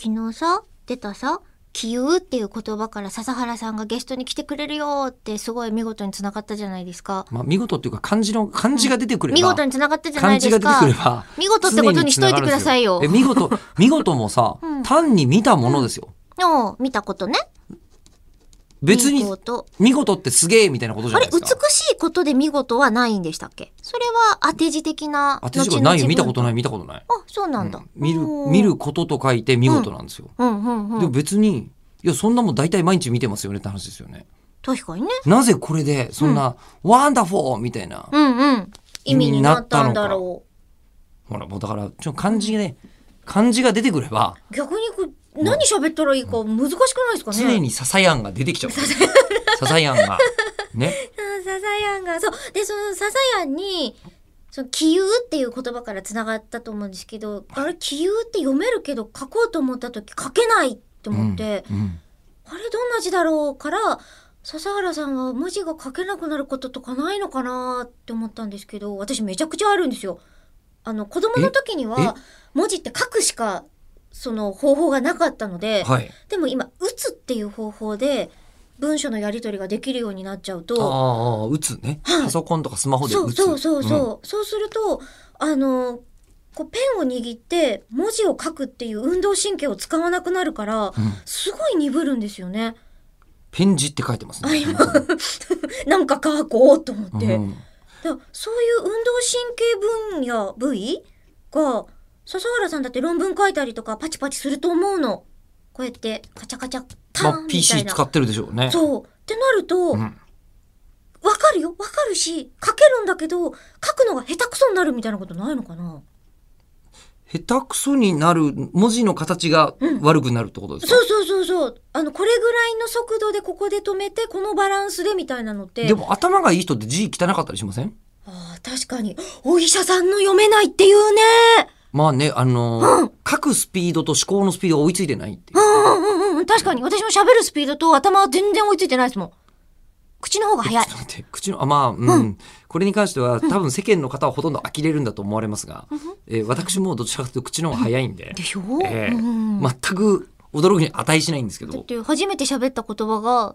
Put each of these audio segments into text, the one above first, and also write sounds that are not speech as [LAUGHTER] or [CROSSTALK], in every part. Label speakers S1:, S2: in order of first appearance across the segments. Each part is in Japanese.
S1: 昨日さ、出たさ、気憂っていう言葉から笹原さんがゲストに来てくれるよってすごい見事につながったじゃないですか。
S2: まあ、見事っていうか漢字の漢字が出てくれば、
S1: 見事につながったじゃな
S2: 漢
S1: いで
S2: 字
S1: す
S2: が出
S1: か
S2: てくれ。ば
S1: 見事ってことにしといてくださいよ
S2: 常。に繋がるんですよえ見事見事もさ、
S1: [LAUGHS] うん
S2: 単に見たものですよ
S1: の見たことね。
S2: 別に
S1: 見事
S2: 見事ってすげえみたいなことじゃ
S1: あ
S2: な
S1: れ
S2: い、で
S1: 美
S2: すか
S1: しいことで見事はないんでしたっけそれは当て字的な。。
S2: 当て字がないよ見たことないい見たことない、
S1: あ、そうなんだ。
S2: 見る
S1: うん
S2: 見る。ことと書いて見事なんですよ、
S1: うんうんう
S2: でも
S1: ん。
S2: 別にいやそんなもん大体毎日見てますよねって話ですよね
S1: 確かにね。
S2: なぜこれでそんな、ワンダフォーみたいな、
S1: うんうん。意味になったんだ
S2: 意味に
S1: ろ
S2: ほらもうだからちょっと漢字ね漢字が出てくれば
S1: う。逆にこう何喋ったらいいか難しくないですかね。
S2: 常にササヤンが出てきち
S1: [LAUGHS]
S2: ゃうササヤンがね
S1: あササヤンがそうでそのササヤンにその気憂っていう言葉からつながったと思うんですけどあれ気憂って読めるけど書こうと思った時書けないって思って、
S2: うんうん
S1: あれどんな字だろうから笹原さんは文字が書けなくなることとかないのかなって思ったんですけど私めちゃくちゃあるんですよ。あの子供の時には文字って書くしかその方法がなかったので、
S2: はい
S1: でも今打つっていう方法で文書のやり取りができるようになっちゃうと。
S2: ああ打つね、
S1: はい
S2: パソコンとかスマホで打
S1: そう
S2: つ
S1: そうそうそう、
S2: ん
S1: そうするとあのこうペンを握って文字を書くっていう運動神経を使わなくなるから
S2: うん
S1: すごい鈍るんですよね。 [LAUGHS]
S2: ペン字って書いてますね
S1: あ今なんか書こうと思って、
S2: うん
S1: だからそういう運動神経分野部位が笹原さんだって論文書いたりとかパチパチすると思うのこうやってカチャカチャタ
S2: ま
S1: ー
S2: あ
S1: ン、みたい
S2: PC
S1: な、
S2: 使ってるでしょうね
S1: そうってなると、
S2: うん
S1: わかるよわかるし書けるんだけど書くのが下手くそになるみたいなことないのかな
S2: 下手くそになる文字の形が悪くなるってことですか、
S1: そうそうそうそうあのこれぐらいの速度でここで止めてこのバランスでみたいなのって
S2: でも頭がいい人って字汚かったりしません
S1: ああ確かにお医者さんの読めないっていうね
S2: まあねあのー書くスピードと思考のスピードが追いついてないっていう
S1: うんうんうんうん確かに私も喋るスピードと頭は全然追いついてないですもん口の方が
S2: え
S1: 早い
S2: ちょっと待って口のあまあうん、これに関しては多分世間の方はほとんど呆れるんだと思われますが、えー私もどちらかというと口の方が早いんで
S1: で、しょ、
S2: えー
S1: うん
S2: 全く驚くに値しないんですけ
S1: だっ
S2: ど
S1: て初めて喋った言葉が「もう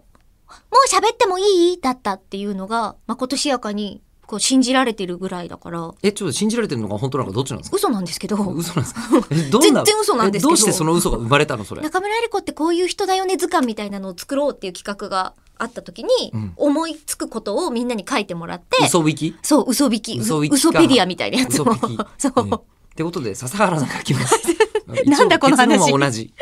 S1: 喋ってもいい?」だったっていうのがまことしやかにこう信じられてるぐらいだから
S2: えちょっと信じられてるのか本当なのかどっちなんですか
S1: 嘘なんですけど
S2: 嘘なんですかえどん
S1: 全
S2: な
S1: 然嘘なんですけど
S2: えどうしてその嘘が生まれたのそれ
S1: 中村江里子ってこういう人だよね図鑑みたいなのを作ろうっていう企画があった時に、
S2: うん
S1: 思いつくことをみんなに書いてもらって
S2: 嘘引き
S1: そう嘘引き
S2: 嘘引きか
S1: 嘘ペディアみたいなやつ
S2: 嘘
S1: を
S2: 引き
S1: [LAUGHS] そう、
S2: えーってことで笹原さんが来ます
S1: [LAUGHS] なんだこの話
S2: 一応結論は同じ